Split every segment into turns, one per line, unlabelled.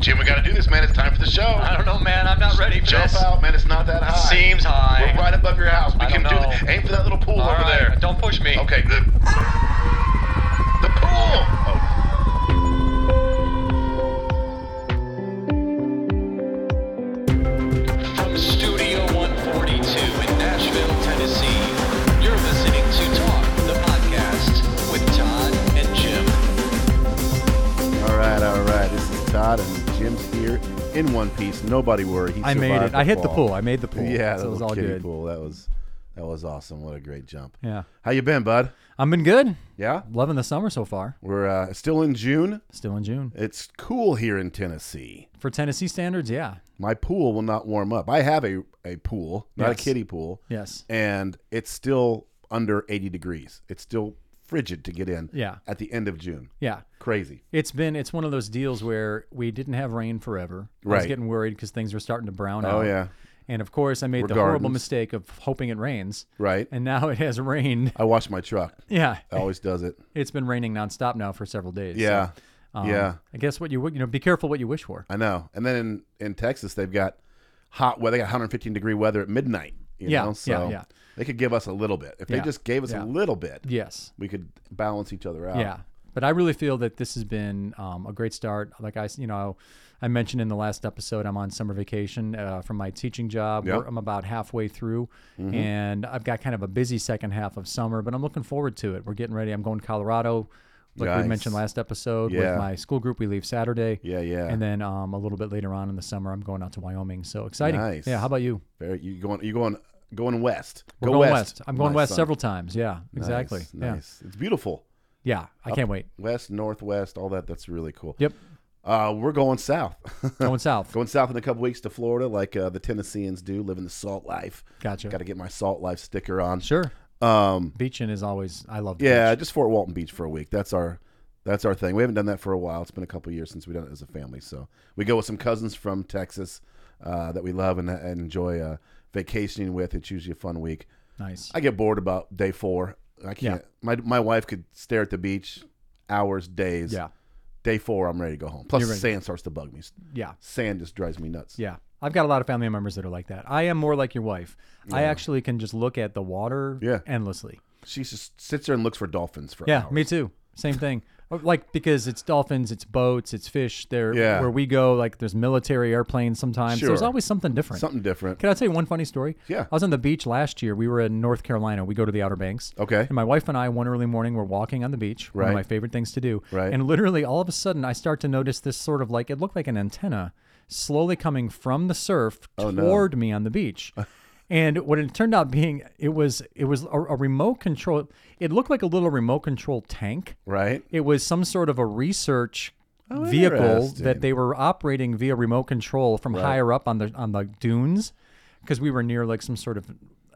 Jim, we got to do this, man. It's time for the show.
I don't know, man. I'm not ready for
Jump
this.
out, man. It's not that high.
Seems high.
We're right above your house. We
I
can
don't
do
know.
that. Aim for that little pool
All
over
right,
there.
Don't push me.
Okay, good. The pool. Oh.
From Studio 142 in Nashville, Tennessee, you're listening to Talk the Podcast with Todd and Jim.
All right, all right. This is Todd and Jim's here in one piece. Nobody worry. He
I made
survived
it. I hit the
fall.
pool. I made the pool.
Yeah,
so
that
it was
little
all
kiddie
good.
pool. That was that was awesome. What a great jump.
Yeah,
How you been, bud?
I've been good.
Yeah,
Loving the summer so far.
we're uh, still in June.
Still in June
It's cool here in Tennessee.
for Tennessee standards. Yeah.
My pool will not warm up. I have a a pool, not a
Yes.
kiddie pool,
Yes.
and it's still under 80 degrees. It's still frigid to get in.
Yeah.
At the end of June,
Yeah.
crazy.
It's been it's one of those deals where we didn't have rain forever. I was
Right.
getting worried because things were starting to brown out.
Oh yeah,
And of course, I made the horrible
gardens.
mistake of hoping it rains.
right.
And now it has rained.
I wash my truck.
Yeah.
Always does it.
It's been raining nonstop now for several days. so,
Yeah.
um,
yeah.
I guess what you would you know be careful what you wish for.
I know. And then in, in Texas, they've got hot weather. They got 115 degree weather at midnight. You
Yeah,
know?
yeah,
So
yeah.
they could give us a little bit. If
Yeah,
they just gave us a
yeah.
little bit,
Yes.
we could balance each other out.
Yeah, but I really feel that this has been um, a great start. Like I, s- you know, I mentioned in the last episode, I'm on summer vacation uh, from my teaching job.
Yep.
We're- I'm about halfway through,
Mm-hmm.
and I've got kind of a busy second half of summer, but I'm looking forward to it. We're getting ready. I'm going to Colorado. Like
Nice.
we mentioned last episode
Yeah.
with my school group, we leave Saturday.
Yeah. Yeah.
And then um, a little bit later on in the summer, I'm going out to Wyoming. So exciting!
Nice.
Yeah. How about you?
Very, you going, you going, going west.
We're
Go
going west. I'm going
my
west
son.
several times. Yeah. Exactly.
Nice. nice. It's beautiful.
Yeah. Yeah. I can't wait.
West, northwest, all that. That's really cool.
Yep.
Uh, we're going south.
Going south.
going south in a couple weeks to Florida, like uh, the Tennesseans do, living the salt life.
Gotcha.
Got to get my salt life sticker on.
Sure.
Um,
Beaching is always. I love. The beach.
Yeah, just Fort Walton Beach for a week. That's our that's our thing. We haven't done that for a while. It's been a couple of years since we've done it as a family. So we go with some cousins from Texas uh, that we love and, and enjoy uh, vacationing with. It's usually a fun week.
Nice.
I get bored about day four. I can't. My my wife could stare at the beach hours, days.
yeah.
Day four, I'm ready to go home. Plus,
You're
the
ready.
sand starts to bug me.
Yeah.
Sand just drives me nuts.
Yeah. I've got a lot of family members that are like that. I am more like your wife. I actually can just look at the water
Yeah.
endlessly.
She just sits there and looks for dolphins for
Yeah,
hours.
me too. Same thing. Or, Like because it's dolphins, it's boats, it's fish. There
Yeah.
where we go, like there's military airplanes sometimes. There's
Sure.
always something different.
Something different.
Can I tell you one funny story?
Yeah.
I was on the beach last year. We were in North Carolina. We go to the Outer Banks.
Okay.
And my wife and I, one early morning, were walking on the beach. One
Right.
of my favorite things to do.
Right.
And literally, all of a sudden, I start to notice this sort of like, it looked like an antenna slowly coming from the surf
Oh,
toward me on the beach. And what it turned out being, it was it was a, a remote control. It looked like a little remote control tank.
Right?
It was some sort of a research vehicle
Oh, interesting.
that they were operating via remote control from higher up on the on the dunes because we were near like some sort of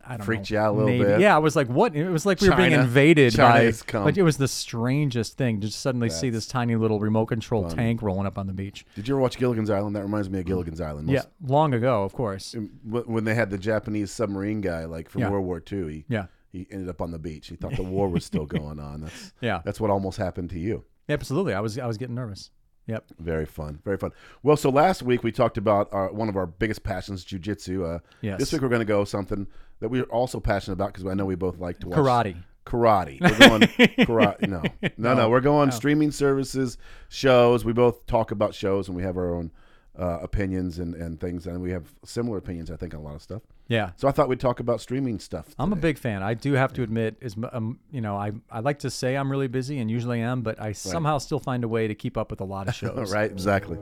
I don't
Freaked
know,
you out a little bit.
Yeah, I was like, what? It was like we were being
China.
invaded
China
by.
has come.
But it was the strangest thing to just suddenly see this tiny little remote control tank rolling up on the beach.
Did you ever watch Gilligan's Island? That reminds me of Gilligan's Island. Most
Yeah, long ago, of course.
wh- when they had the Japanese submarine guy, like from
Yeah.
World War II, he
Yeah.
he ended up on the beach. He thought the war was still going on. That's
Yeah.
That's what almost happened to you.
Absolutely, I was I was getting nervous. Yep.
Very fun, very fun. Well, so last week we talked about our, one of our biggest passions, jujitsu. Uh,
Yes.
This week we're going to go something that we're also passionate about because I know we both like to watch
Karate.
Karate. We're going karate. No, no, no. We're going streaming services, shows. We both talk about shows and we have our own uh, opinions and, and things, and we have similar opinions, I think, on a lot of stuff.
Yeah.
So I thought we'd talk about streaming stuff.
I'm a big fan. I do have to admit, is um, you know, I, I like to say I'm really busy and usually am, but I somehow still find a way to keep up with a lot of shows.
right, exactly.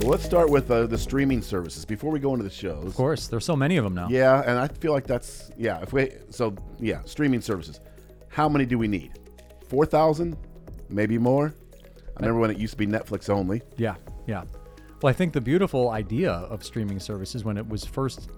Well, let's start with uh, the streaming services before we go into the shows.
Of course, there's so many of them now.
Yeah, and I feel like that's yeah. If we so yeah, streaming services. How many do we need? Four thousand, maybe more. I remember when it used to be Netflix only.
Yeah, yeah. Well, I think the beautiful idea of streaming services when it was first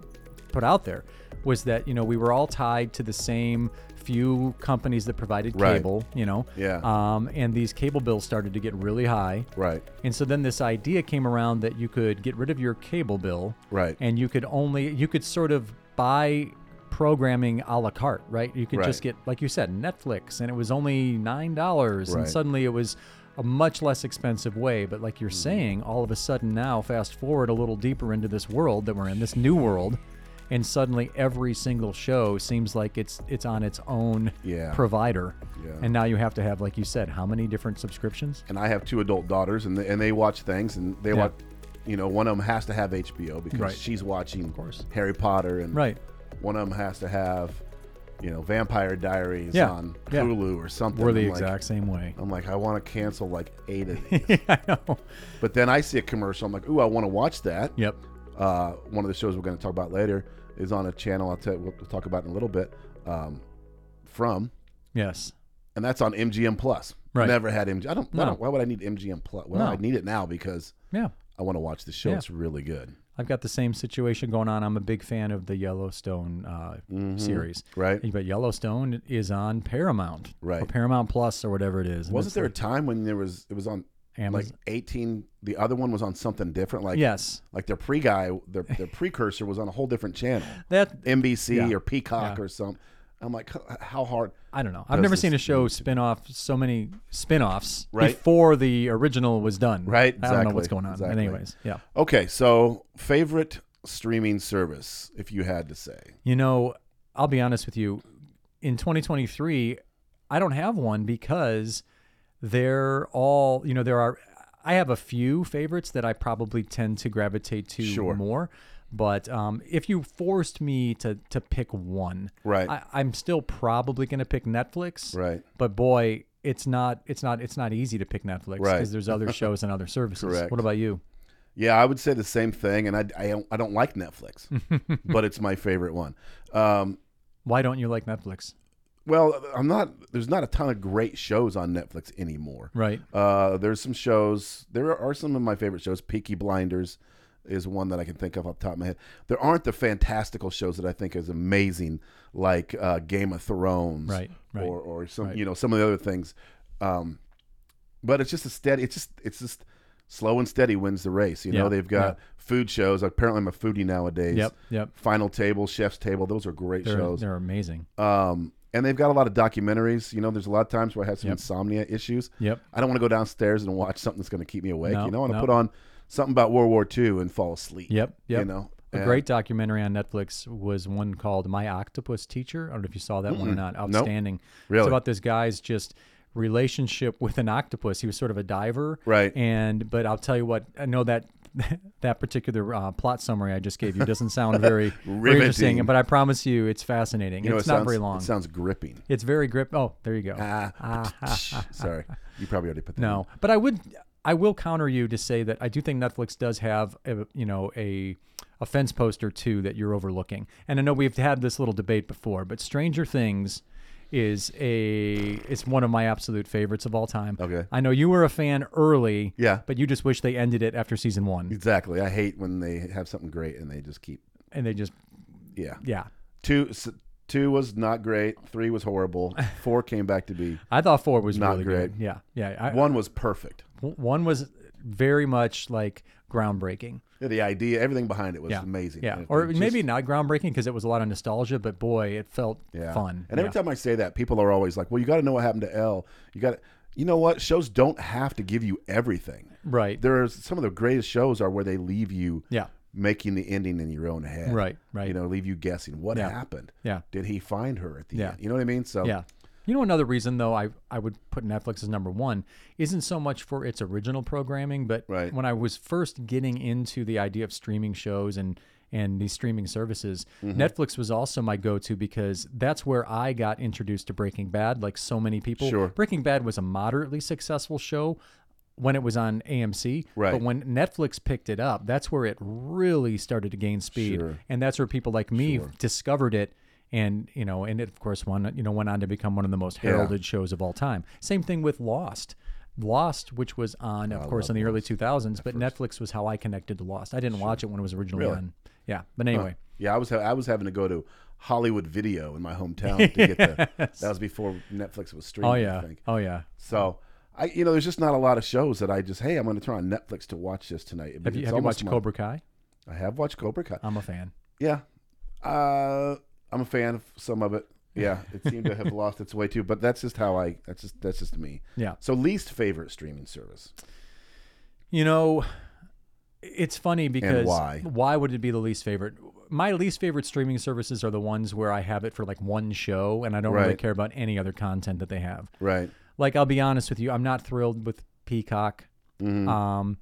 put out there was that you know we were all tied to the same few companies that provided
Right.
cable. You know,
Yeah.
Um, and these cable bills started to get really high.
Right.
And so then this idea came around that you could get rid of your cable bill.
Right.
And you could only you could sort of buy programming a la carte, right? You could just
Right.
get like you said Netflix and it was only $9
Right.
and suddenly it was a much less expensive way, but like you're
Mm-hmm.
saying, all of a sudden now fast forward a little deeper into this world that we're in, this new world, and suddenly every single show seems like it's it's on its own
Yeah.
provider.
Yeah.
And now you have to have like you said, how many different subscriptions?
and I have two adult daughters, and they, and they watch things, and they
Yeah.
watch, you know, one of them has to have HBO because
Right.
she's watching, of
course.
Harry Potter, and
Right.
one of them has to have, you know, Vampire Diaries
Yeah.
on
Yeah.
Hulu or something.
We're the
I'm
exact same way.
Like, I'm like, I want to cancel like eight of these,
I know.
but then I see a commercial, I'm like, ooh, I want to watch that.
Yep.
Uh, one of the shows we're going to talk about later is on a channel I'll tell we'll, we'll talk about in a little bit. Um, from
Yes.
and that's on MGM Plus.
Right.
Never had MGM. I don't, I
No.
don't. Why would I need MGM Plus? Well,
No.
I need it now because
Yeah.
I want to watch the show.
Yeah.
It's really good,
I've got the same situation going on. I'm a big fan of the Yellowstone uh, series.
Mm-hmm. right?
But Yellowstone is on Paramount. Or
Right.
Paramount Plus or whatever it is. And
Wasn't
it's
there a time when there was it was on
like Amaz-
like eighteen? The other one was on something different, like
yes.
like their pre guy, their their precursor was on a whole different channel,
That
NBC
Yeah.
or Peacock
Yeah.
or something. I'm like, h- how hard?
I don't know. I've
Does
never
this
seen a show spin off so many spin offs
Right.
before the original was done.
Right,
I don't know what's
exactly,
going on. But
exactly.
anyways, yeah.
Okay, so favorite streaming service, if you had to say,
You know, I'll be honest with you. In 2023, I don't have one because they're all, you know, there are, I have a few favorites that I probably tend to gravitate to
Sure.
more. But um, if you forced me to, to pick one,
Right.
I, I'm still probably going to pick Netflix.
right?
But boy, it's not it's not it's not easy to pick Netflix because
Right.
there's other shows and other services.
Correct.
What about you?
Yeah, I would say the same thing, and I I don't, I don't like Netflix, but it's my favorite one. Um,
Why don't you like Netflix?
well, I'm not. There's not a ton of great shows on Netflix anymore.
Right.
Uh, there's some shows. There are some of my favorite shows. Peaky Blinders is one that I can think of off the top of my head. There aren't the fantastical shows that I think is amazing, like uh, Game of Thrones,
Right, right,
or or some you know some of the other things. Um, but it's just a steady. It's just it's just slow and steady wins the race. You know
Yeah,
they've got food shows. Apparently, I'm a foodie nowadays.
Yep. Yep.
Final Table, Chef's Table. Those are great
They're,
shows.
they're amazing.
Um, and they've got a lot of documentaries. You know, there's a lot of times where I have some
Yep.
insomnia issues.
Yep.
I don't want to go downstairs and watch something that's going to keep me awake.
No,
you know, I want to
no.
put on something about World War II and fall asleep.
Yep, yep.
You know,
A
And-
great documentary on Netflix was one called My Octopus Teacher. I don't know if you saw that one or not. Outstanding.
Really?
It's about this guy's just relationship with an octopus. He was sort of a diver.
Right.
And but I'll tell you what, I know that that particular uh, plot summary I just gave you doesn't sound very, very
Riveting.
interesting, but I promise you it's fascinating.
You know,
it's
it
not
sounds-
very long.
It sounds gripping.
it's very grip. Oh, there you go.
Ah, sorry, you probably already put that.
No, but I would, I will counter you to say that I do think Netflix does have, a, you know, a a fence post or two that you're overlooking. And I know we've had this little debate before, but Stranger Things is a it's one of my absolute favorites of all time.
Okay.
I know you were a fan early.
Yeah.
But you just wish they ended it after season one,
Exactly. I hate when they have something great and they just keep.
and they just
Yeah.
yeah.
Two s- two was not great. Three was horrible. Four came back to be.
I thought four was
Not
really
great.
good. Yeah, yeah. I,
One was perfect.
one, was very much like groundbreaking.
Yeah, The idea, everything behind it was
Yeah.
amazing.
Yeah.
And if
Or
they just-
maybe not groundbreaking because it was a lot of nostalgia, but boy, it felt
Yeah.
fun.
And every
Yeah.
time I say that, people are always like, "Well, you got to know what happened to L. You got to, you know what? Shows don't have to give you everything.
Right.
There are some of the greatest shows are where they leave you,
Yeah.
making the ending in your own head,
Right, right.
You know, leave you guessing what happened.
Yeah.
Did he find her at the
Yeah.
end? You know what I mean? So
Yeah. You know, another reason though I, I would put Netflix as number one isn't so much for its original programming, but
Right.
when I was first getting into the idea of streaming shows and and these streaming services,
Mm-hmm.
Netflix was also my go-to because that's where I got introduced to Breaking Bad, like so many people.
Sure.
Breaking Bad was a moderately successful show when it was on AMC,
Right.
but when Netflix picked it up, that's where it really started to gain speed,
Sure.
and that's where people like me discovered it and you know and it of course won you know went on to become one of the most heralded shows of all time same thing with lost Lost, which was on, of course, in the early 2000s, but Netflix was how I connected to Lost. I didn't watch it when it was originally
Really?
on. Yeah, but anyway,
Yeah, I was ha- I was having to go to Hollywood Video in my hometown to get the. That was before Netflix was streaming.
oh yeah,
I think.
oh yeah.
So I, you know, there's just not a lot of shows that I just hey, I'm going to turn on Netflix to watch this tonight. I mean,
Have you,
it's
have you
almost
watched
my-
Cobra Kai?
I have watched Cobra Kai.
I'm a fan.
yeah, uh, I'm a fan of some of it. Yeah, it seemed to have lost its way too, but that's just how I. That's just that's just me.
Yeah.
So least favorite streaming service.
You know, it's funny because
why?
would it be the least favorite? My least favorite streaming services are the ones where I have it for like one show and I don't really
Right.
care about any other content that they have.
Right.
Like I'll be honest with you, I'm not thrilled with Peacock. Um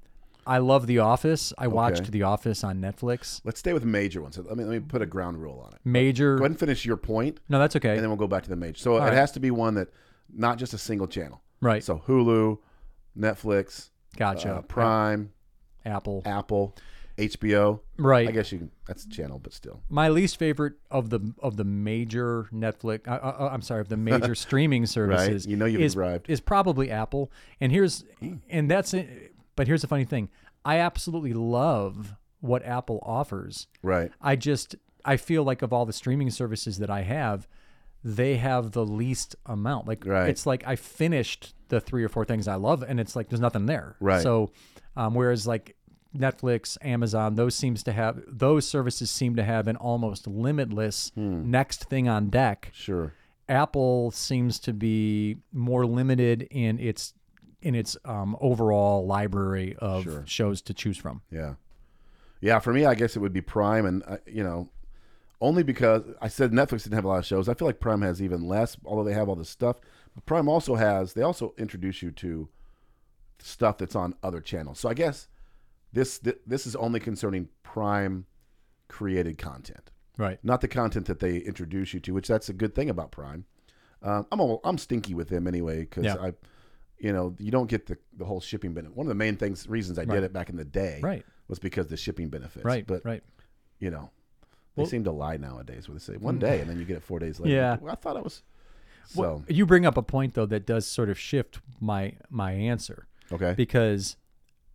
I love The Office. I watched
Mm-hmm. Okay.
The Office on Netflix.
Let's stay with major ones. Let me let me put a ground rule on it.
Major
Go ahead and finish your point,
No, that's okay.
and then we'll go back to the major. So it
right.
has to be one that not just a single channel.
right.
So Hulu, Netflix,
gotcha.
uh, Prime,
Apple.
Apple, HBO.
Right.
I guess you can, that's a channel, but still.
my least favorite of the of the major Netflix. I, I, I'm sorry, of the major streaming services.
You know you've
is,
arrived. Hmm.
is probably Apple. And here's and that's it. But here's the funny thing. I absolutely love what Apple offers.
Right.
I just I feel like of all the streaming services that I have, they have the least amount. Like
Right.
it's like I finished the three or four things I love, and it's like there's nothing there.
Right.
So, um, whereas like Netflix, Amazon, those seems to have those services seem to have an almost limitless
Hmm.
next thing on deck.
Sure.
Apple seems to be more limited in its in its um, overall library of shows to choose from.
Yeah. Yeah. For me, I guess it would be Prime, and uh, you know, only because I said Netflix didn't have a lot of shows. I feel like Prime has even less, although they have all this stuff. But Prime also has. They also introduce you to stuff that's on other channels. So I guess this th- this is only concerning Prime created content.
Right.
not the content that they introduce you to, which that's a good thing about Prime. Um, I'm a, I'm stinky with him anyway because
Yeah.
I, you know, you don't get the, the whole shipping benefit. One of the main things reasons I did it back in the day
Right.
was because the shipping benefits.
Right.
but
right.
you know, they seem to lie nowadays where they say one day and then you get it four days later.
Yeah.
Like, well, I thought I was. So
You bring up a point though that does sort of shift my my answer
okay,
because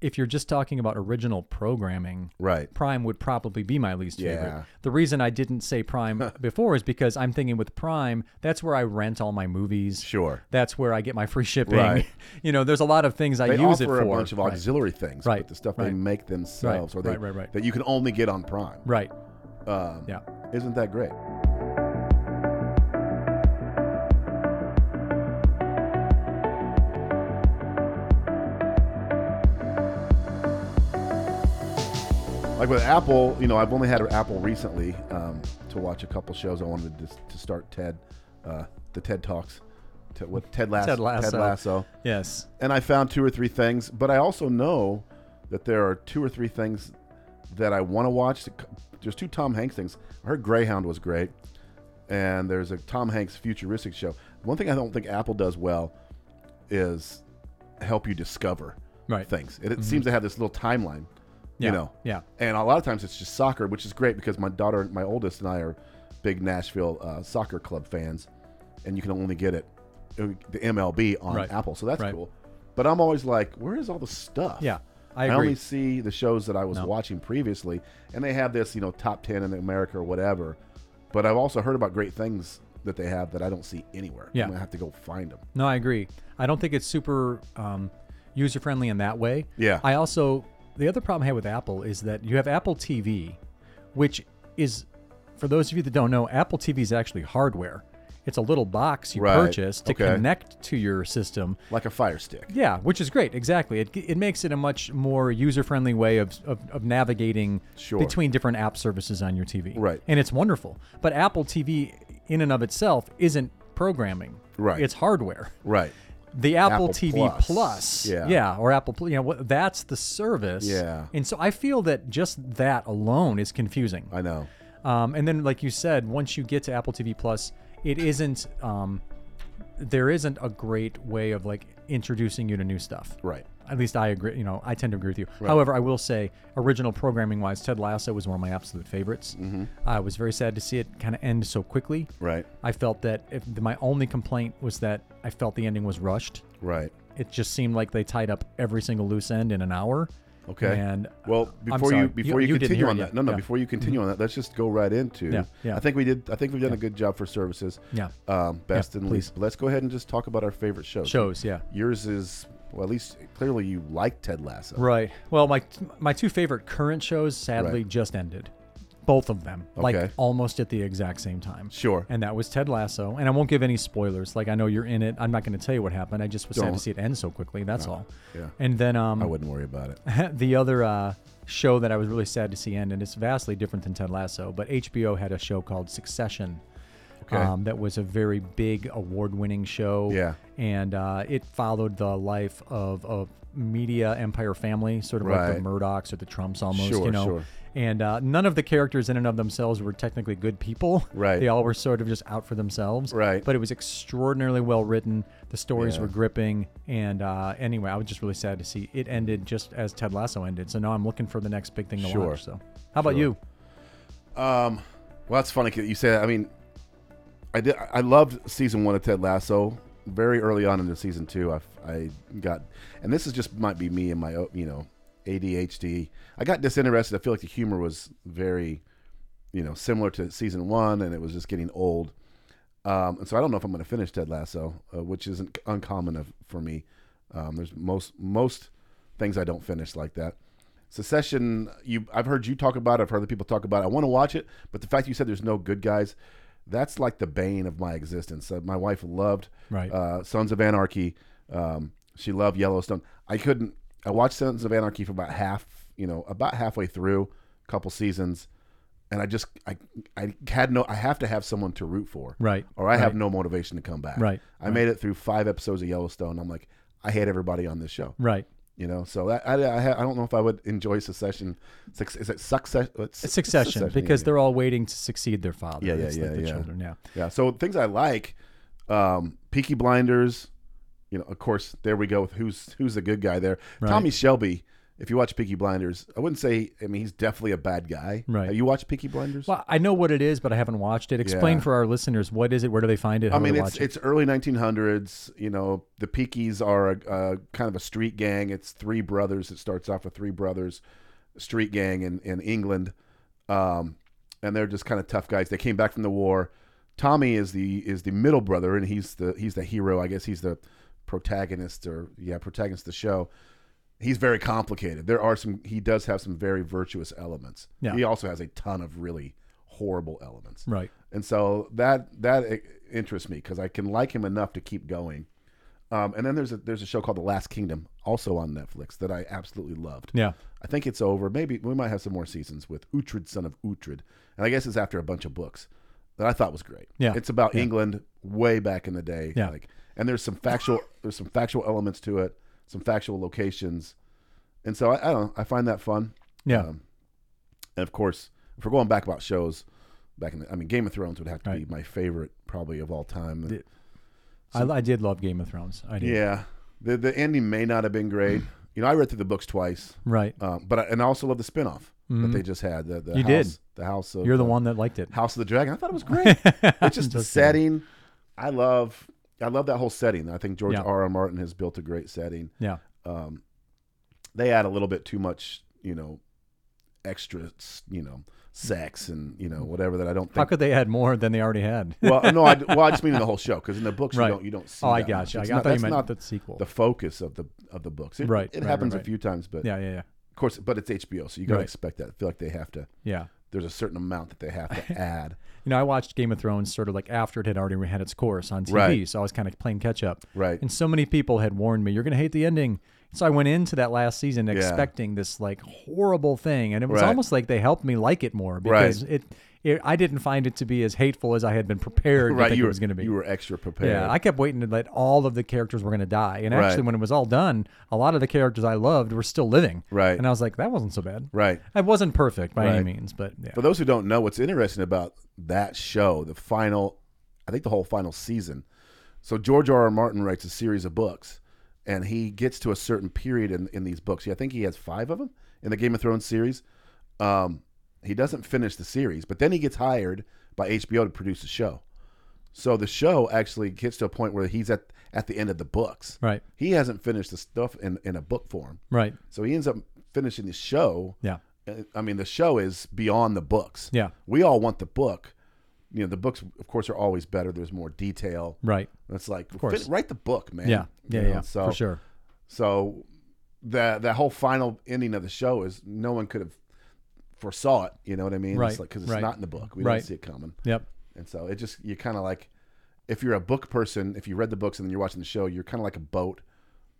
if you're just talking about original programming,
right,
Prime would probably be my least
Yeah.
favorite. The reason I didn't say Prime before is because I'm thinking with Prime, that's where I rent all my movies.
sure.
That's where I get my free shipping.
Right.
you know, there's a lot of things I
They
use it
offer
for.
a bunch of
Right.
auxiliary things,
Right,
but the stuff they
right.
make themselves or they
right, right, right.
that you can only get on Prime.
Right.
Um,
Yeah.
Isn't that great? Like with Apple, you know, I've only had Apple recently um, to watch a couple shows. I wanted to, to start Ted, uh, the TED Talks, Ted, what, Ted Lasso.
Ted Lasso.
Ted Lasso
Yes.
and I found two or three things, but I also know that there are two or three things that I want to watch. There's two Tom Hanks things. I heard Greyhound was great, and there's a Tom Hanks futuristic show. One thing I don't think Apple does well is help you discover
Right. Mm-hmm.
things. It, it seems to have this little timeline,
Yeah,
you know.
yeah.
And a lot of times it's just soccer, which is great because my daughter, my oldest, and I are big Nashville uh, soccer club fans, and you can only get it uh, the MLB on
Right.
Apple, so that's
Right.
cool. But I'm always like, where is all the stuff?
Yeah, I
only
agree.
see the shows that I was watching previously, and they have this, you know, top ten in America or whatever. But I've also heard about great things that they have that I don't see anywhere.
Yeah.
I'm gonna have to go find them.
No, I agree. I don't think it's super um, user friendly in that way.
Yeah.
I also the other problem I had with Apple is that you have Apple TV, which is for those of you that don't know, Apple TV is actually hardware. It's a little box you
Right.
purchase to
Okay.
connect to your system.
Like a Fire Stick.
Yeah, which is great. Exactly. It, it makes it a much more user friendly way of, of, of navigating
Sure.
between different app services on your TV.
Right.
And it's wonderful. But Apple TV, in and of itself, isn't programming,
Right.
It's hardware
Right.
the Apple,
Apple
TV
Plus.
Plus,
Yeah.
or Apple, Pl- you know, what, that's the service,
Yeah.
And so I feel that just that alone is confusing.
I know.
Um, and then, like you said, once you get to Apple TV Plus, it isn't. Um, there isn't a great way of like introducing you to new stuff.
Right.
At least I agree. You know, I tend to agree with you. However, I will say, original programming wise, Ted Lasso was one of my absolute favorites. I was very sad to see it kind of end so quickly.
Mm-hmm. Right.
I felt that if my only complaint was that I felt the ending was rushed
Right.
it just seemed like they tied up every single loose end in an hour.
Okay.
And
well,
I'm
before
sorry,
you before you,
you didn't
continue
hear it
on
yet.
that, no, no,
Yeah. Mm-hmm.
before you continue on that, let's just go right into.
Yeah, yeah.
I think we did. I think we've done a good job for services.
Yeah.
Um, best and
please.
least. But let's go ahead and just talk about our favorite shows.
shows, yeah.
Yours is well, at least clearly you like Ted Lasso.
Right. Well, my my two favorite current shows sadly
Right.
just ended. Both of them,
Okay.
like almost at the exact same time.
Sure.
And that was Ted Lasso. And I won't give any spoilers. Like I know you're in it. I'm not going to tell you what happened. I just was sad
Don't.
to see it end so quickly. That's all.
Yeah.
And then um,
I wouldn't worry about it.
the other uh, show that I was really sad to see end, and it's vastly different than Ted Lasso, but HBO had a show called Succession.
Okay.
Um, that was a very big award-winning show.
Yeah.
and uh, it followed the life of a media empire family, sort of like
Right.
the Murdochs or the Trumps, almost.
Sure,
you know.
sure.
And uh, none of the characters in and of themselves were technically good people.
Right.
They all were sort of just out for themselves.
Right.
But it was extraordinarily well written. The stories
Yeah.
were gripping. And uh, anyway, I was just really sad to see it ended just as Ted Lasso ended. So now I'm looking for the next big thing to
Sure.
watch. So how about you?
Well, that's funny 'cause you say that. I mean, I did. I loved season one of Ted Lasso. Very early on into season two, I, I got, and this is just might be me and my you know ADHD. I got disinterested. I feel like the humor was very, you know, similar to season one, and it was just getting old. Um, and so I don't know if I'm going to finish Ted Lasso, uh, which isn't uncommon of, for me. Um, there's most most things I don't finish like that. Secession, you I've heard you talk about. it. I've heard other people talk about. it. I want to watch it, but the fact you said there's no good guys, that's like the bane of my existence. Uh, my wife loved
Right.
uh, Sons of Anarchy. Um, she loved Yellowstone. I couldn't. I watched Sons of Anarchy for about half, you know, about halfway through, a couple seasons, and I just I I had no. I have to have someone to root for,
Right,
Or I have no motivation to come back,
Right,
I made it through five episodes of Yellowstone. I'm like, I hate everybody on this show,
Right.
you know, so I, I, I, ha- I don't know if I would enjoy Succession. Suc- Is it success?
Succession, because
yeah,
they're all waiting to succeed their father.
Yeah, yeah,
It's like
yeah,
the
yeah.
children. Yeah.
yeah. yeah. So things I like, um, Peaky Blinders. You know, of course, there we go with who's who's the good guy there. Tommy Shelby. If you watch Peaky Blinders, I wouldn't say. I mean, he's definitely a bad guy.
Right.
Have you watched Peaky Blinders?
Well, I know what it is, but I haven't watched it. Explain
Yeah.
for our listeners what is it? Where do they find it? How
I mean,
do they
it's
watch it?
it's early 1900s. You know, the Peakies are a, a kind of a street gang. It's three brothers. It starts off with three brothers, street gang in in England, um, and they're just kind of tough guys. They came back from the war. Tommy is the is the middle brother, and he's the he's the hero. I guess he's the protagonist, or yeah, protagonist of the show. He's very complicated. There are some. He does have some very virtuous elements.
Yeah.
He also has a ton of really horrible elements
Right.
and so that that i- interests me because I can like him enough to keep going. Um, and then there's a there's a show called The Last Kingdom, also on Netflix, that I absolutely loved.
Yeah.
I think it's over. Maybe we might have some more seasons with Uhtred, son of Uhtred, and I guess it's after a bunch of books that I thought was great.
Yeah.
it's about England way back in the day.
Yeah.
like and there's some factual there's some factual elements to it, some factual locations, and so I, I don't know, I find that fun.
Yeah.
Um, and of course, if we're going back about shows, back in the, I mean, Game of Thrones would have to be
Right.
my favorite probably of all time.
The- I, I did love Game of Thrones. I did.
yeah, the the ending may not have been great. you know, I read through the books twice,
Right.
um, but I, and I also love the spinoff that they just had. The, the
Mm-hmm. You
house,
did.
the house of
You're the
uh,
one that liked it.
House of the Dragon. I thought it was great. it's just the setting. I love I love that whole setting. I think George
Yeah.
R. R. Martin has built a great setting.
Yeah.
They add a little bit too much, you know, extra, you know, sex and you know whatever that I don't
How
think
could they add more than they already had?
well, no, I, well, I just mean in the whole show because in the books
Right.
you don't you don't see.
Oh, I
that
got
much.
you. I
It's
got- I
not-
thought you
that's
meant
not
the sequel.
the focus of the of the books. It,
Right,
It
right, right,
happens
right.
a few times, but
yeah, yeah, yeah.
of course, but it's HBO, so you gotta
Right.
expect that. I feel like they have to.
Yeah.
There's a certain amount that they have to add.
You know, I watched Game of Thrones sort of like after it had already had its course on TV,
Right.
so I was kind of playing catch up.
Right.
And so many people had warned me, "You're going to hate the ending." So I went into that last season expecting this like horrible thing, and it was
Right.
almost like they helped me like it more
Right.
because it, it. I didn't find it to be as hateful as I had been prepared to
right,
think
you
it
were
was going to be.
You were extra prepared.
yeah, I kept waiting to let all of the characters were going to die, and actually,
Right.
when it was all done, a lot of the characters I loved were still living.
Right.
And I was like, that wasn't so bad.
right.
I wasn't perfect by any
Right.
means, but yeah.
For those who don't know, what's interesting about that show, the final, I think the whole final season. So George R. R. Martin writes a series of books, and he gets to a certain period in, in these books. Yeah, I think he has five of them in the Game of Thrones series. Um, he doesn't finish the series, but then he gets hired by HBO to produce a show. So the show actually gets to a point where he's at at the end of the books.
Right.
He hasn't finished the stuff in in a book form.
Right.
So he ends up finishing the show.
Yeah.
Uh, I mean, the show is beyond the books.
Yeah.
We all want the book. You know, the books, of course, are always better. There's more detail.
Right.
It's like, of
course.
write the book, man.
Yeah. Yeah.
You know,
Yeah.
So,
for sure.
So that that whole final ending of the show is no one could have foresaw it. You know what I mean?
Right,
It's like because it's
right.
not in the book. We
Right.
don't see it coming.
Yep.
And so it just you kind of like if you're a book person, if you read the books and then you're watching the show, you're kind of like a boat,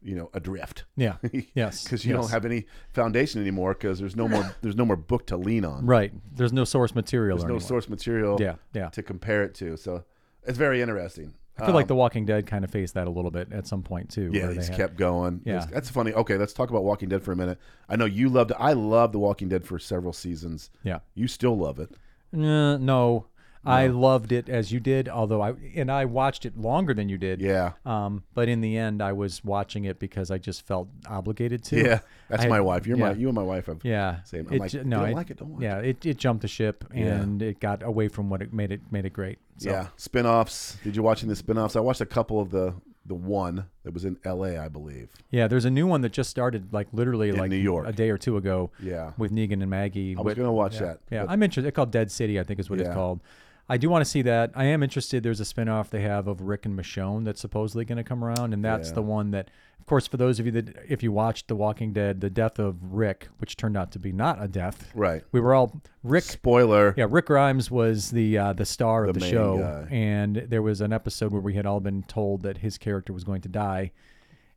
you know, adrift.
Yeah. Yes.
Because you don't
yes.
have any foundation anymore. Because there's no more there's no more book to lean on.
Right. There's no source material.
There's
or
no
anything.
source material.
Yeah, yeah.
To compare it to, so it's very interesting. Um,
I feel like The Walking Dead kind of faced that a little bit at some point too.
Yeah,
where
he's
they had-
kept going.
Yeah.
It's- that's funny. Okay, let's talk about Walking Dead for a minute. I know you loved. I loved The Walking Dead for several seasons.
Yeah.
you still love it.
Uh, no, I loved it as you did, although I and I watched it longer than you did.
Yeah,
Um, but in the end, I was watching it because I just felt obligated to.
yeah. That's
I-
my wife. You're my.
yeah.
You and my wife have.
Yeah.
Same. I'm
It
like,
ju-
if you don't like it, don't watch
Yeah. It, it jumped the ship and it got away from what it made it made it great. So,
yeah. Spinoffs. Did you watch any of the spinoffs? I watched a couple of the the one that was in L.A. I believe.
Yeah. There's a new one that just started like literally like
New York.
a day or two ago.
Yeah.
With Negan and Maggie.
I was gonna watch that.
Yeah,
but
I'm interested. It's called Dead City, I think is what
Yeah.
it's called. I do want to see that. I am interested. There's a spinoff they have of Rick and Michonne that's supposedly going to come around, and that's the one that, of course, for those of you that if you watched The Walking Dead, the death of Rick, which turned out to be not a death.
Right.
We were all Rick.
spoiler.
Yeah, Rick Grimes was the uh, the star of
The
the,
main
show,
guy.
and there was an episode where we had all been told that his character was going to die,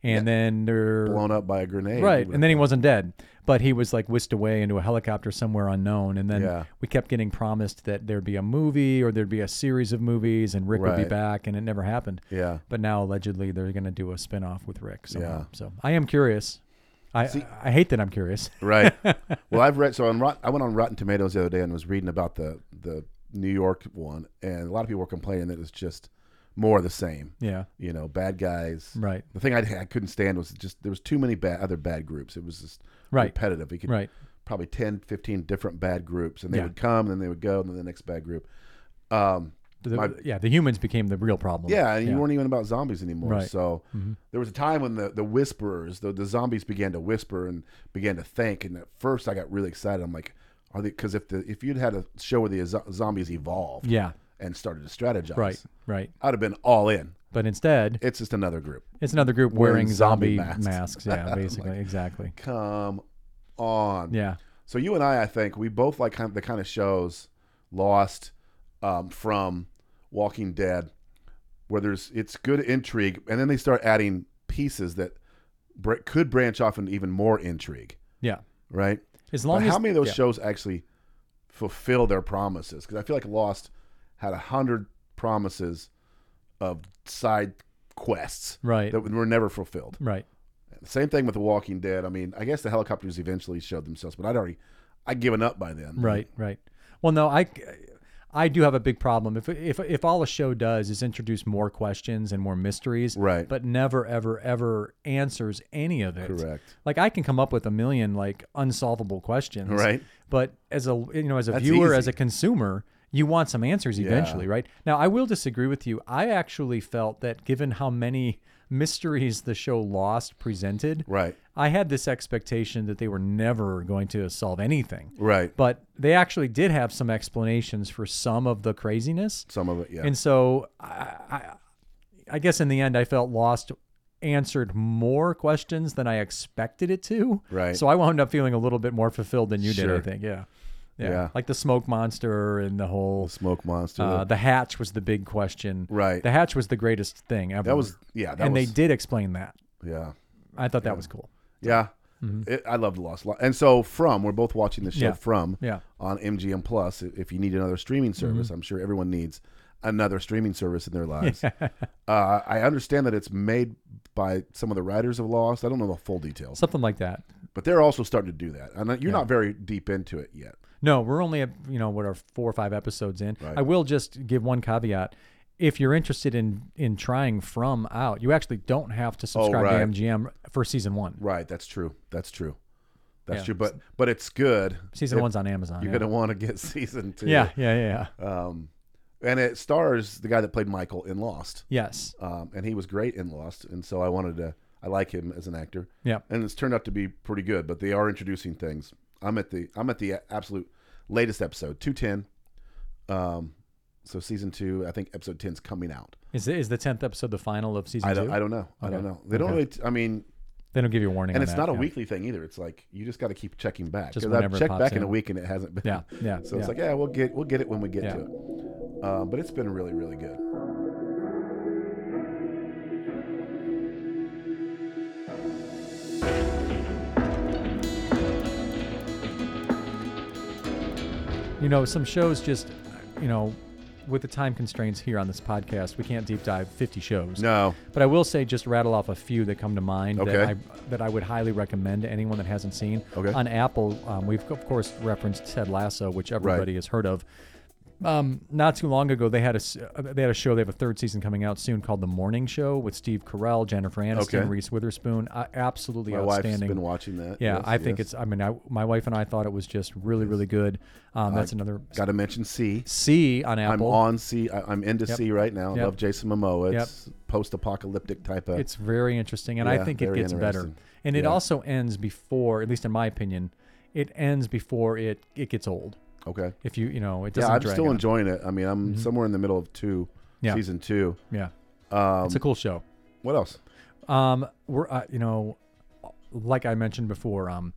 and then there
Blown up by a grenade.
Right. And then he wasn't dead, but he was like whisked away into a helicopter somewhere unknown. And then
Yeah.
we kept getting promised that there'd be a movie or there'd be a series of movies and Rick would
Right.
be back, and it never happened.
Yeah.
But now allegedly they're going to do a spin off with Rick. Somehow.
Yeah.
So I am curious. I, I hate that I'm curious.
Right. well, I've read so on. Rot, I went on Rotten Tomatoes the other day and was reading about the the New York one, and a lot of people were complaining that it's just more of the same.
Yeah.
You know, bad guys.
Right.
The thing I, I couldn't stand was just there was too many bad other bad groups. It was just
Right.
repetitive. You could
Right.
probably 10, 15 different bad groups, and they
Yeah.
would come, and then they would go, and then the next bad group.
The- yeah. The humans became the real problem.
Yeah, and you weren't even about zombies anymore.
Right. Mm-hmm.
So there was a time when the, the whisperers, the, the zombies began to whisper and began to think. And at first, I got really excited. I'm like, are they? Because if the if you'd had a show where the zo- zombies evolved,
Yeah.
and started to strategize,
Right. Right.
I'd have been all in.
But instead,
It's just another group.
it's another group
Wearing
wearing,
zombie
zombie,
masks.
masks. Yeah. Basically. exactly.
Come on.
Yeah.
So you and I, I think we both like kind of the kind of shows, Lost, um, from Walking Dead, where there's it's good intrigue, and then they start adding pieces that br- could branch off into even more intrigue,
Yeah.
right?
As long
But
as
how many of those
yeah.
shows actually fulfill their promises? Because I feel like Lost had a hundred promises of side quests
Right.
that were never fulfilled.
Right.
Same thing with The Walking Dead. I mean, I guess the helicopters eventually showed themselves, but I'd already, I'd given up by then.
Right, right. Well, no, I, I do have a big problem. If if if all a show does is introduce more questions and more mysteries,
Right.
but never ever ever answers any of it.
Correct.
Like I can come up with a million like unsolvable questions,
Right.
But as a you know as a viewer as
easy.
a consumer. You want some answers eventually, right? Now, I will disagree with you. I actually felt that given how many mysteries the show Lost presented,
Right.
I had this expectation that they were never going to solve anything.
Right.
But they actually did have some explanations for some of the craziness.
Some of it, yeah.
And so I, I, I guess in the end, I felt lost answered more questions than I expected it to.
Right.
So I wound up feeling a little bit more fulfilled than you
Sure.
did, I think. Yeah. yeah.
Yeah.
Like the smoke monster and the whole.
Smoke Monster.
Uh, the hatch was the big question.
Right.
The hatch was the greatest thing ever.
that was yeah. That
and
was
they did explain that.
yeah,
I thought that was cool.
yeah. It, I loved Lost, Lo- and so from we're both watching the show
Mm-hmm. Yeah.
from
Yeah. Mm-hmm.
on MGM Plus. i- If you need another streaming service, I'm sure everyone needs another streaming service in their lives. uh, I understand that it's made by some of the writers of Lost. I don't know the full details,
Something like that.
but they're also starting to do that. And you're not very deep into it yet.
No, we're only at, you know what are four or five episodes in. I will just give one caveat. If you're interested in in trying From out, you actually don't have to subscribe
Oh, right.
to MGM for season one.
Right. That's true. That's true. That's
Yeah.
true. But but it's good.
Season one's on Amazon.
You're
yeah.
gonna want to get season two.
yeah, yeah, yeah, yeah.
Um, and it stars the guy that played Michael in Lost,
Yes.
um, and he was great in Lost, and so I wanted to. I like him as an actor.
Yep.
and it's turned out to be pretty good. But they are introducing things. I'm at the I'm at the absolute latest episode, two ten. Um, so season two, I think episode ten's coming out.
Is the, is the tenth episode the final of season
I don't
two?
I don't know. I don't
Okay.
know. They don't
Okay.
really. T- I mean,
they don't give you a warning.
and
on
it's
that,
not a
yeah.
weekly thing either. It's like you just got to keep checking back.
Just
'Cause I've
whenever it
checked
pops
back in. a
in.
week and it hasn't been.
Yeah, yeah,
So it's
yeah.
like yeah, we'll get we'll get it when we get
Yeah.
to it. Uh, but it's been really really good.
You know, some shows just, you know, with the time constraints here on this podcast, we can't deep dive 50 shows.
No,
But I will say, just rattle off a few that come to mind that,
Okay.
I, that I would highly recommend to anyone that hasn't seen.
Okay.
On Apple, um, we've of course referenced Ted Lasso, which everybody has heard of. Um, not too long ago, they had a s- uh, they had a show. They have a third season coming out soon called The Morning Show with Steve Carell, Jennifer Aniston,
Okay.
Reese Witherspoon. Uh, absolutely
my wife's
outstanding.
been watching that.
yeah,
Yes,
I think
yes.
it's. I mean, I, my wife and I thought it was just really, really good. Um, that's another
got to mention C.
C on
I'm
Apple.
on C. I, I'm into C right now. I
Yep.
Love Jason Momoa. It's post-apocalyptic type of.
It's very interesting, and
Yeah,
I think it
very
gets better.
interesting.
And it
Yeah.
also ends before, at least in my opinion, it ends before it it gets old.
okay.
If you you know, it
Yeah,
doesn't.
I'm
drag
still
out.
enjoying it. I mean, I'm somewhere in the middle of two,
Yeah.
season two.
Yeah,
Um,
it's a cool show.
what else?
Um, we're uh, you know, like I mentioned before, um,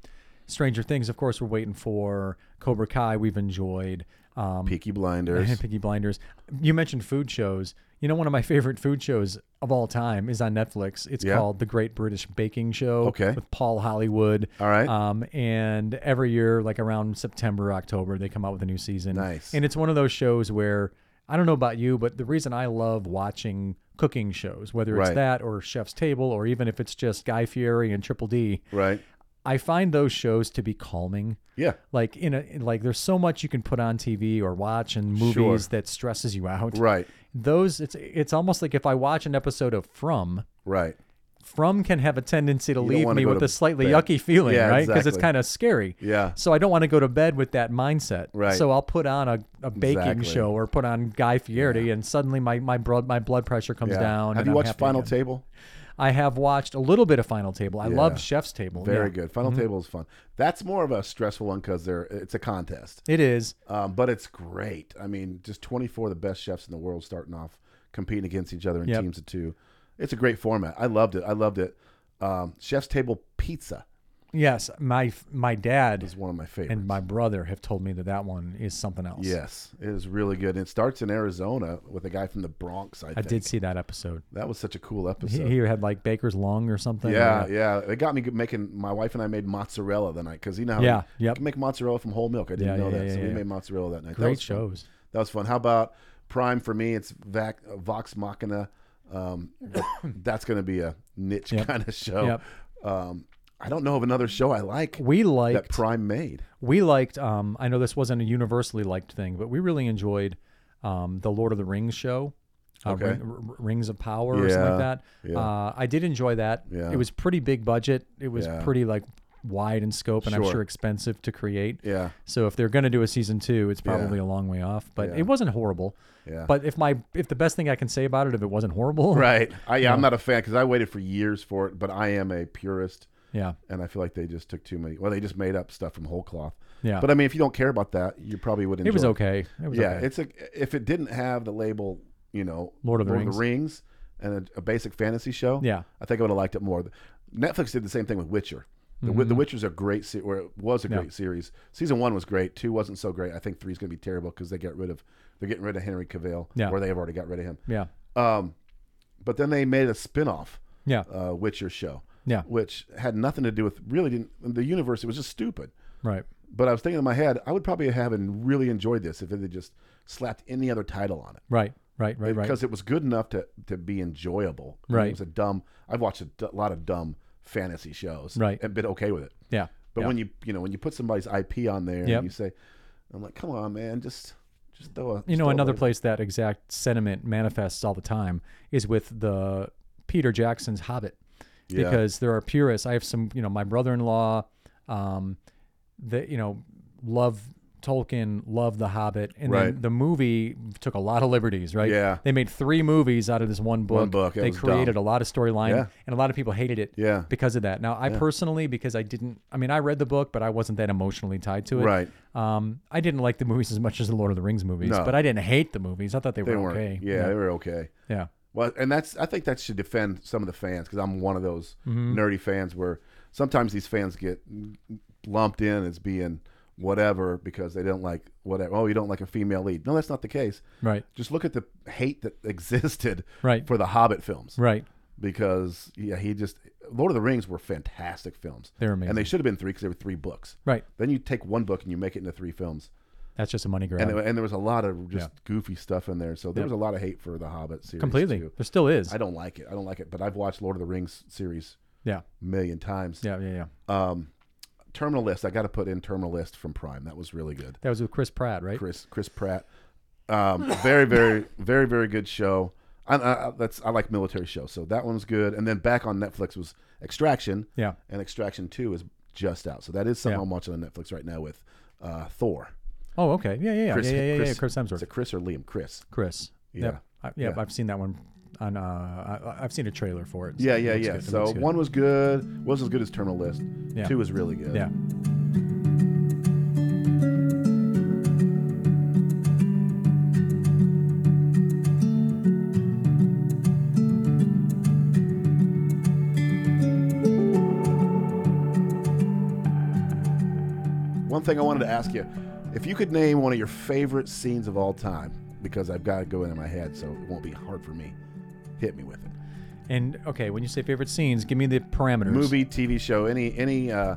Stranger Things. Of course, we're waiting for Cobra Kai. We've enjoyed. Um,
Peaky Blinders.
Picky Blinders. You mentioned food shows. You know, one of my favorite food shows of all time is on Netflix. It's
Yeah.
called The Great British Baking Show.
Okay.
With Paul Hollywood.
All right.
Um, and every year, like around September, October, they come out with a new season.
Nice.
And it's one of those shows where I don't know about you, but the reason I love watching cooking shows, whether it's
Right.
that or Chef's Table, or even if it's just Guy Fieri and Triple D,
right.
I find those shows to be calming
Yeah.
like in a like there's so much you can put on TV or watch and movies
Sure.
that stresses you out.
Right.
Those it's it's almost like if I watch an episode of From,
Right.
From can have a tendency to
don't
leave
wanna
me
go
with
to
a slightly
bed.
yucky feeling,
Yeah,
right? Because it's
exactly.
kind of scary.
Yeah.
So I don't want to go to bed with that mindset.
Right.
So I'll put on a, a baking
Exactly.
show or put on Guy Fieri and suddenly my my blood my blood pressure comes
yeah.
down.
Have
and
you
I'm
watched
happy
Final
again.
Table?
I have watched a little bit of Final Table. I
Yeah.
love Chef's Table.
Very
Yeah. Mm-hmm.
good. Final Table is fun. That's more of a stressful one because they're it's a contest,
It is.
um, but it's great. I mean, just 24 of the best chefs in the world starting off competing against each other in
Yep.
teams of two. It's a great format. I loved it. I loved it. Um, Chef's Table Pizza
Yes, my my dad
is one of my favorites.
and my brother have told me that that one is something else.
Yes, it is really good. And it starts in Arizona with a guy from the Bronx. I,
I
think.
did see that episode.
That was such a cool
He,
episode.
he had like baker's lung or something. or,
yeah,
uh,
yeah. It got me good- making. My wife and I made mozzarella the night because you know how
Yeah,
you
yep.
can make mozzarella from whole milk. I didn't
Yeah,
know
yeah,
that,
yeah,
so we
yeah.
made mozzarella that night. That
great
was fun.
shows.
That was fun. How about Prime for me? It's Vac, Vox Machina. Um, but that's going to be a niche kind of show.
Yep.
Um, I don't know of another show I like
We
that
liked.
Prime made.
we liked. Um, I know this wasn't a universally liked thing, but we really enjoyed um, the Lord of the Rings show. Uh,
Okay.
Ring- R- R- Rings of Power or something
Yeah,
like that.
yeah.
Uh, I did enjoy that.
Yeah.
It was pretty big budget. It was
Yeah.
pretty like wide in scope and I'm
Sure.
sure expensive to create.
Yeah.
So if they're going to do a season two, it's probably a long way off. But it wasn't horrible.
Yeah.
But if my if the best thing I can say about it, if it wasn't horrible,
Right. I, yeah, I'm not a fan because I waited for years for it, but I am a purist,
Yeah.
and I feel like they just took too many. Well, they just made up stuff from whole cloth.
Yeah.
But I mean, if you don't care about that, you probably would enjoy.
It was okay. It was
Yeah.
okay.
It's a if it didn't have the label, you know,
Lord of the
Rings and a, a basic fantasy show.
Yeah.
I think I would have liked it more. Netflix did the same thing with Witcher. The, Wi-
Mm-hmm.
the Witcher's a great se- or it was a great series. Season one was great. Two wasn't so great. I think three's going to be terrible because they get rid of they're getting rid of Henry Cavill,
Yeah.
or they have already got rid of him.
yeah.
Um, but then they made a spin-off
Yeah.
uh, Witcher show,
Yeah.
which had nothing to do with really didn't the universe. It was just stupid.
Right.
But I was thinking in my head, I would probably have and really enjoyed this if they just slapped any other title on it
Right. Right. Right. Right.
because it was good enough to to be enjoyable. I mean,
Right.
it was a dumb. I've watched a d- lot of dumb fantasy shows,
Right.
and been okay with it.
Yeah.
But
yeah.
when you you know when you put somebody's IP on there
Yep.
and you say, I'm like, come on, man, just just throw a
you
just
know
throw a
another
label."
place that exact sentiment manifests all the time is with the Peter Jackson's Hobbit,
Yeah.
because there are purists. I have some, you know, my brother-in-law, um, that you know love Tolkien loved The Hobbit, and
Right.
then the movie took a lot of liberties, right?
Yeah.
They made three movies out of this one book.
One book. It
They
was
created
dumb.
a lot of storyline,
Yeah.
and a lot of people hated it
Yeah.
because of that. Now, I personally, because I didn't, I mean, I read the book, but I wasn't that emotionally tied to it.
Right.
Um, I didn't like the movies as much as the Lord of the Rings movies,
No.
but I didn't hate the movies. I thought they,
They
were
weren't.
okay.
Yeah, they were okay.
Yeah.
Well, and that's I think that should defend some of the fans because I'm one of those
Mm-hmm.
nerdy fans where sometimes these fans get lumped in as being whatever because they don't like whatever. Oh, you don't like a female lead? No, that's not the case.
Right.
Just look at the hate that existed
Right.
for the Hobbit films
Right.
because yeah, he just Lord of the Rings were fantastic films.
They're
and they
amazing.
should have been three because they were three books.
Right.
Then you take one book and you make it into three films.
That's just a money grab.
And, there- and there was a lot of just goofy stuff in there, so there was a lot of hate for the Hobbit series.
Completely.
too.
There still is.
I don't like it. I don't like it. But I've watched Lord of the Rings series
yeah.
a million times.
Yeah. Yeah. Yeah.
Terminal List. I got to put in Terminal List from Prime. That was really good.
That was with Chris Pratt, right?
Chris Chris Pratt. Um, very very very very good show. I, I, I- that's I like military shows, so that one's good. And then back on Netflix was Extraction.
Yeah.
And Extraction Two is just out, so that is something
Yeah.
I'm watching on Netflix right now with uh, Thor.
Oh, okay. Yeah. Yeah. Yeah.
Chris-
yeah, yeah, yeah,
Chris-
yeah. Chris Hemsworth.
Is it Chris or Liam? Chris.
Chris.
Yeah.
Yep. I, yep. I've seen that one on. Uh, I- I, I've seen a trailer for it. so
Yeah,
it
yeah,
looks
yeah.
good, it
So
looks good.
one was good, wasn't as good as Terminal List.
Yeah.
Two was really good.
Yeah.
One thing I wanted to ask you, if you could name one of your favorite scenes of all time, because I've got to go into my head, so it won't be hard for me. Hit me with it.
And okay, when you say favorite scenes, give me the parameters.
Movie, TV show, any any uh,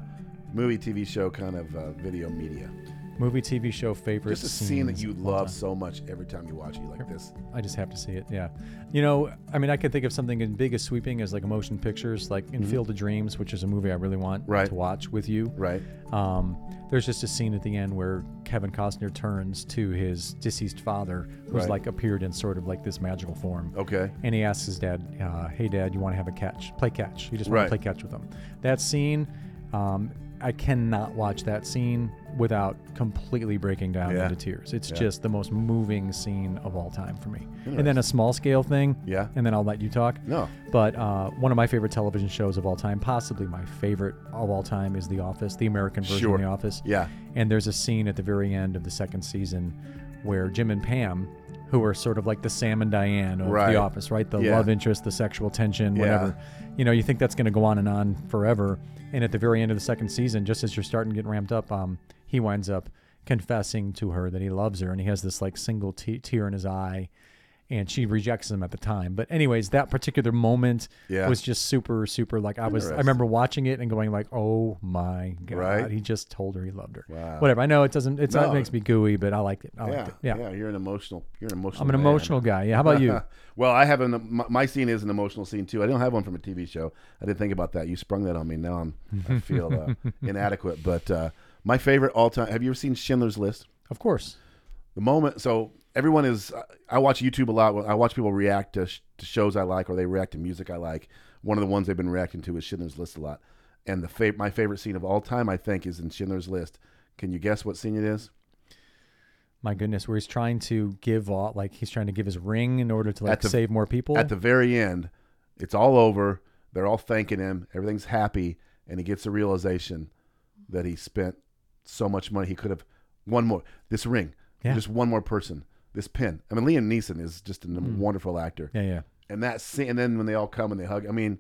movie, TV show kind of uh, video media.
movie, TV show favorite.
Just a scene that
scenes
you
of all
love
time.
so much every time you watch it. You like this.
I just have to see it. Yeah. You know, I mean, I could think of something as big as sweeping as like a motion pictures, like in Field of Dreams, which is a movie I really want
Mm-hmm. Right.
to watch with you.
Right.
Um, there's just a scene at the end where Kevin Costner turns to his deceased father, who's
Right.
like appeared in sort of like this magical form.
Okay.
And he asks his dad, uh, "Hey, Dad, you want to have a catch? Play catch? You just
Right.
want to play catch with him?" That scene, um, I cannot watch that scene without completely breaking down
Yeah.
into tears. It's just the most moving scene of all time for me. And then
Interesting.
a small scale thing.
Yeah.
And then I'll let you talk.
No.
But uh, one of my favorite television shows of all time, possibly my favorite of all time, is The Office, the American version
Sure.
of The Office.
Yeah.
And there's a scene at the very end of the second season where Jim and Pam, who are sort of like the Sam and Diane of
Right.
The Office, right? The
Yeah.
love interest, the sexual tension,
Yeah.
whatever. You know, you think that's going to go on and on forever. And at the very end of the second season, just as you're starting to get ramped up, um, he winds up confessing to her that he loves her and he has this like single te- tear in his eye. And she rejects him at the time. But, anyways, that particular moment
Yeah.
was just super, super like I was, I
Interesting.
remember watching it and going, like, oh my God.
Right.
He just told her he loved her.
Wow.
Whatever. I know it doesn't, it's
No.
not, it makes me gooey, but I liked it. I liked
Yeah.
it. Yeah.
You're an emotional. You're an emotional.
I'm an
man.
emotional guy. Yeah. How about you?
well, I have an my, my scene is an emotional scene too. I don't have one from a TV show. I didn't think about that. You sprung that on me. Now I'm I feel uh, inadequate. But uh, my favorite all time. Have you ever seen Schindler's List?
of course.
The moment. So everyone is. I watch YouTube a lot. I watch people react to, sh- to shows I like or they react to music I like. One of the ones they've been reacting to is Schindler's List a lot. And the fa- my favorite scene of all time, I think, is in Schindler's List. Can you guess what scene it is?
My goodness, where he's trying to give all, like he's trying to give his ring in order to like
At the-
save more people.
At the very end, it's all over. They're all thanking him. Everything's happy, and he gets the realization that he spent so much money. He could have one more this ring,
Yeah.
just one more person, this pin. I mean, Liam Neeson is just a wonderful actor,
yeah, yeah.
and that scene. And then when they all come and they hug, I mean,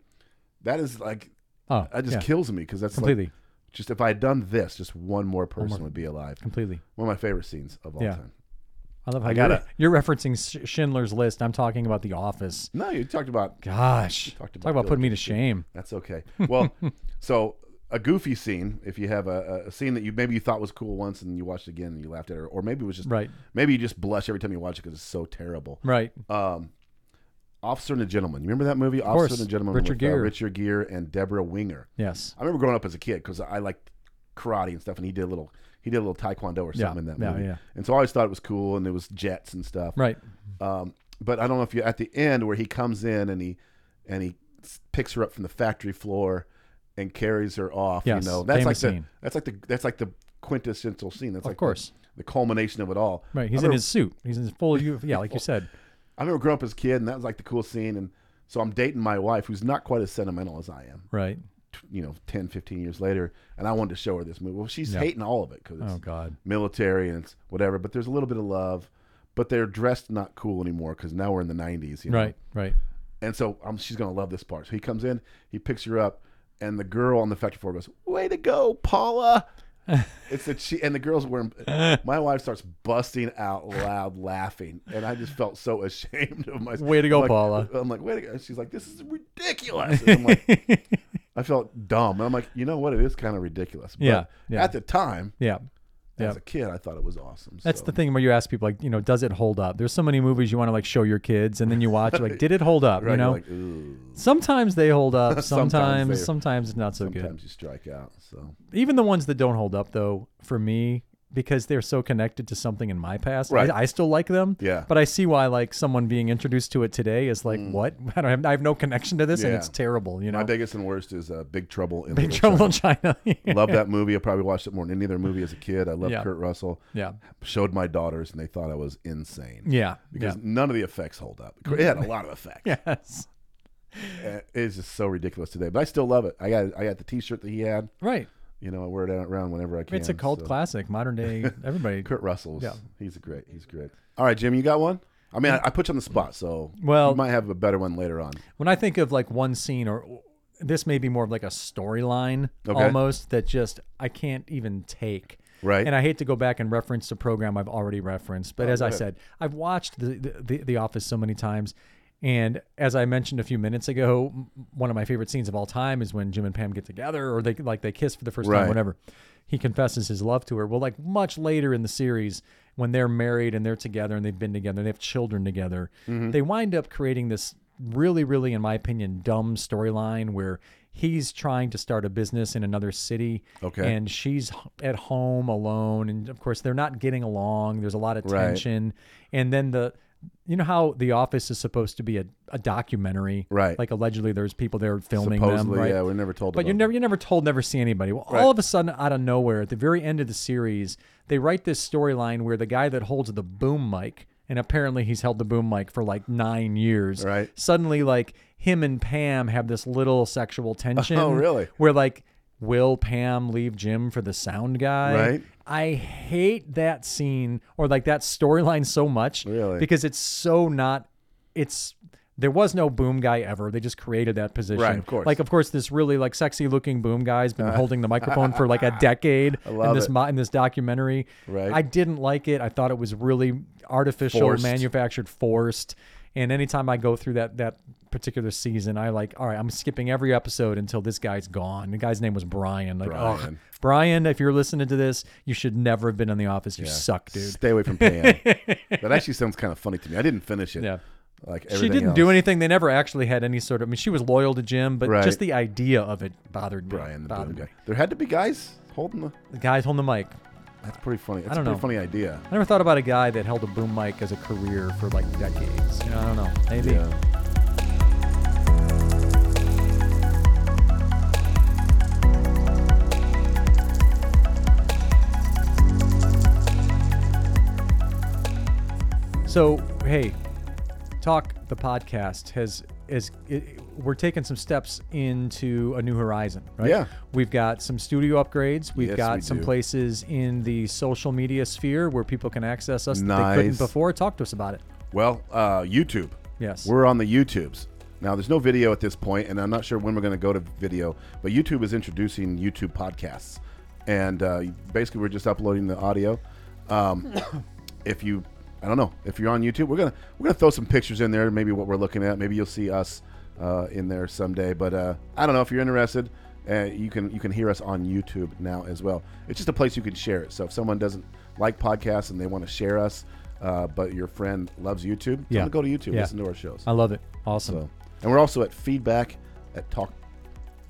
that is like
Oh,
that just
yeah.
kills me because that's like,
completely,
just if I had done this, just one more person would be alive.
completely.
One of my favorite scenes of all
Yeah.
time.
I love how
I
you're,
gotta-
you're referencing Sch- Schindler's List. I'm talking about The Office.
No, you talked about
Gosh,
talked
talk
about
about putting me to
Bill
shame.
That's okay. Well, so a goofy scene, if you have a, a- a scene that you maybe you thought was cool once and you watched it again and you laughed at it, or maybe it was just
Right.
Maybe you just blush every time you watch it because it's so terrible.
Right.
Officer and a Gentleman. You remember that movie?
course.
Officer and a Gentleman.
Richard
with, uh,
Gere.
Richard Gere and Deborah Winger.
yes.
I remember growing up as a kid because I liked karate and stuff, and he did a little he did a little taekwondo or
Yeah,
something in that
yeah,
movie.
yeah.
And so I always thought it was cool, and there was jets and stuff.
Right.
Um, but I don't know if you at the end where he comes in and he and he s- picks her up from the factory floor and carries her off.
Yes,
you know that's like
famous
the
scene.
that's like the that's like the quintessential scene. That's
Of
like
course.
the culmination of it all.
Right.
I
He's in
remember-
his suit. He's in his full U. Yeah, like you said.
I remember growing up as a kid, and that was like the cool scene. And so I'm dating my wife, who's not quite as sentimental as I am,
Right.
t- you know, 10, 15 years later. And I wanted to show her this movie. Well, she's hating all of it because it's
Oh, God.
military and it's whatever, but there's a little bit of love. But they're dressed not cool anymore because now we're in the 90s. You know?
Right. Right.
And so um, she's going to love this part. So he comes in, he picks her up, and the girl on the factory floor goes, Way to go, Paula. it's that she and the girls were. My wife starts busting out loud laughing, and I just felt so ashamed of myself.
Way to go,
I'm like-
Paula.
I'm like, way to go. And she's like, this is ridiculous. And I'm like, I felt dumb. And I'm like, you know what? It is kind of ridiculous. But
Yeah, yeah.
At the time,
Yeah. Yeah.
as a kid, I thought it was awesome.
That's
so.
the thing where you ask people like, you know, does it hold up? There's so many movies you want to like show your kids, and then you watch like, did it hold up?
Right,
you
you're
know,
like, ooh,
sometimes they hold up,
Sometimes
sometimes,
they-
sometimes it's not so good.
sometimes you strike out. So
even the ones that don't hold up though for me because they're so connected to something in my past
Right.
I, I still like them
Yeah. Mm.
but i see why like someone being introduced to it today is like what I, don't have, I have no connection to this and
Yeah.
it's terrible you know
my biggest and worst is uh, Big Trouble in
big
Little
trouble in china
Love that movie. I probably watched it more than any other movie as a kid. I love
Yeah.
Kurt Russell.
yeah
Showed my daughters, and they thought I was insane.
yeah Mm-hmm.
Because none of the effects hold up. It had a lot of effects.
yeah yes
Uh, It's just so ridiculous today, but I still love it. I got I got the T-shirt that he had.
right
You know, I wear it out around whenever I can.
it's a cult
so.
classic modern day everybody
Kurt Russell's.
Yeah.
he's a great. He's great. All right, Jim, you got one. I mean, I, I put you on the spot, so
Well-
you might have a better one later on.
when I think of like one scene or this may be more of like a storyline
Okay.
almost that just I can't even take.
Right. Oh,
And I hate to go back and reference the program I've already referenced, but as I said, I've watched the, the the The Office so many times. And as I mentioned a few minutes ago, m- one of my favorite scenes of all time is when Jim and Pam get together or they like they kiss for the first
Right.
time, whatever. He confesses his love to her. Well, like much later in the series, when they're married and they're together and they've been together and they have children together,
Mm-hmm.
they wind up creating this really, really, in my opinion, dumb storyline where he's trying to start a business in another city.
Okay.
And she's h- at home alone. And of course, they're not getting along. There's a lot of
Right.
tension. And then the. You know how The Office is supposed to be a, a documentary,
Right.
Like allegedly, there's people there filming
Supposedly,
them, right?
yeah, we're never told.
But
about
you're
it.
never you're never told, never see anybody. Well, all of a sudden, out of nowhere, at the very end of the series, they write this storyline where the guy that holds the boom mic, and apparently he's held the boom mic for like nine years.
Right.
Suddenly, like him and Pam have this little sexual tension.
Oh, really?
Where like, will Pam leave Jim for the sound guy?
Right.
I hate that scene or like that storyline so much
Really?
because it's so not. It's there was no boom guy ever. They just created that position.
Right, of course.
Like of course, this really like sexy looking boom guy's been holding the microphone for like a decade in
Uh-huh. love
this
it.
mo- in this documentary.
Right.
I didn't like it. I thought it was really artificial,
Forced.
manufactured, forced. And anytime I go through that that particular season, I like, all right, I'm skipping every episode until this guy's gone. The guy's name was Brian. Like, Brian.
Brian.
Brian, if you're listening to this, you should never have been in the office. You suck, dude.
Stay away from Pam. that actually sounds kind of funny to me. I didn't finish it.
Yeah.
Like
She
everything
didn't do
else.
anything. They never actually had any sort of. I mean, she was loyal to Jim, but
Right.
just the idea of it bothered me.
Brian the boom
bothered
guy.
me.
There had to be guys holding the.
The guys holding the mic.
That's pretty funny. That's
don't
a pretty funny
know.
idea.
I never thought about a guy that held a boom mic as a career for like decades. You know, I don't know. Maybe.
Yeah.
So hey, talk the podcast has is it, we're taking some steps into a new horizon, right?
Yeah.
We've got some studio upgrades. We've
Yes,
got
we
some
do.
places in the social media sphere where people can access us that they
Nice.
couldn't before. Talk to us about it.
Well, uh, YouTube.
Yes.
We're on the YouTubes. Now, there's no video at this point, and I'm not sure when we're going to go to video, but YouTube is introducing YouTube podcasts. And uh, basically, we're just uploading the audio. Um, if you, I don't know, if you're on YouTube, we're gonna we're gonna throw some pictures in there. Maybe what we're looking at. Maybe you'll see us uh, in there someday. But uh, I don't know if you're interested. Uh, you can you can hear us on YouTube now as well. It's just a place you can share it. So if someone doesn't like podcasts and they want to share us, uh, but your friend loves YouTube, tell
Yeah.
them to go to YouTube,
Yeah.
listen to our shows.
I love it. Awesome.
So, and we're also at feedback at talk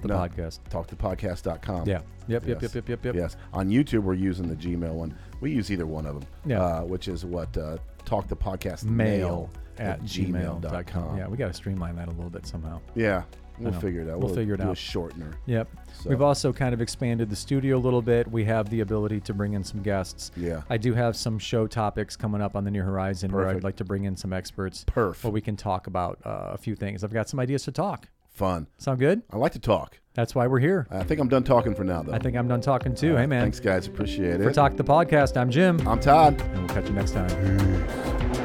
the
no,
podcast.
talkthepodcast.com.
Yeah. Yep,
Yes.
yep, yep, yep, yep, yep.
Yes. On YouTube, we're using the Gmail one. We use either one of them.
Yeah.
Uh, which is what uh, talk the podcast
Mail
at gmail.com.
Yeah, we got to streamline that a little bit somehow.
Yeah. We'll figure it out.
We'll figure it
do A
out.
shortener.
Yep.
So-
We've also kind of expanded the studio a little bit. We have the ability to bring in some guests.
Yeah.
I do have some show topics coming up on the near horizon where I'd
Perfect.
like to bring in some experts.
Perf.
Where we can talk about uh, a few things. I've got some ideas to talk.
Fun.
Sound good?
I like to talk.
That's why we're here.
I think I'm done talking for now, though.
I think I'm done talking too. hey, man.
Thanks, guys. Appreciate
For
it.
Talk the Podcast, I'm Jim,
I'm Todd.
and we'll catch you next time.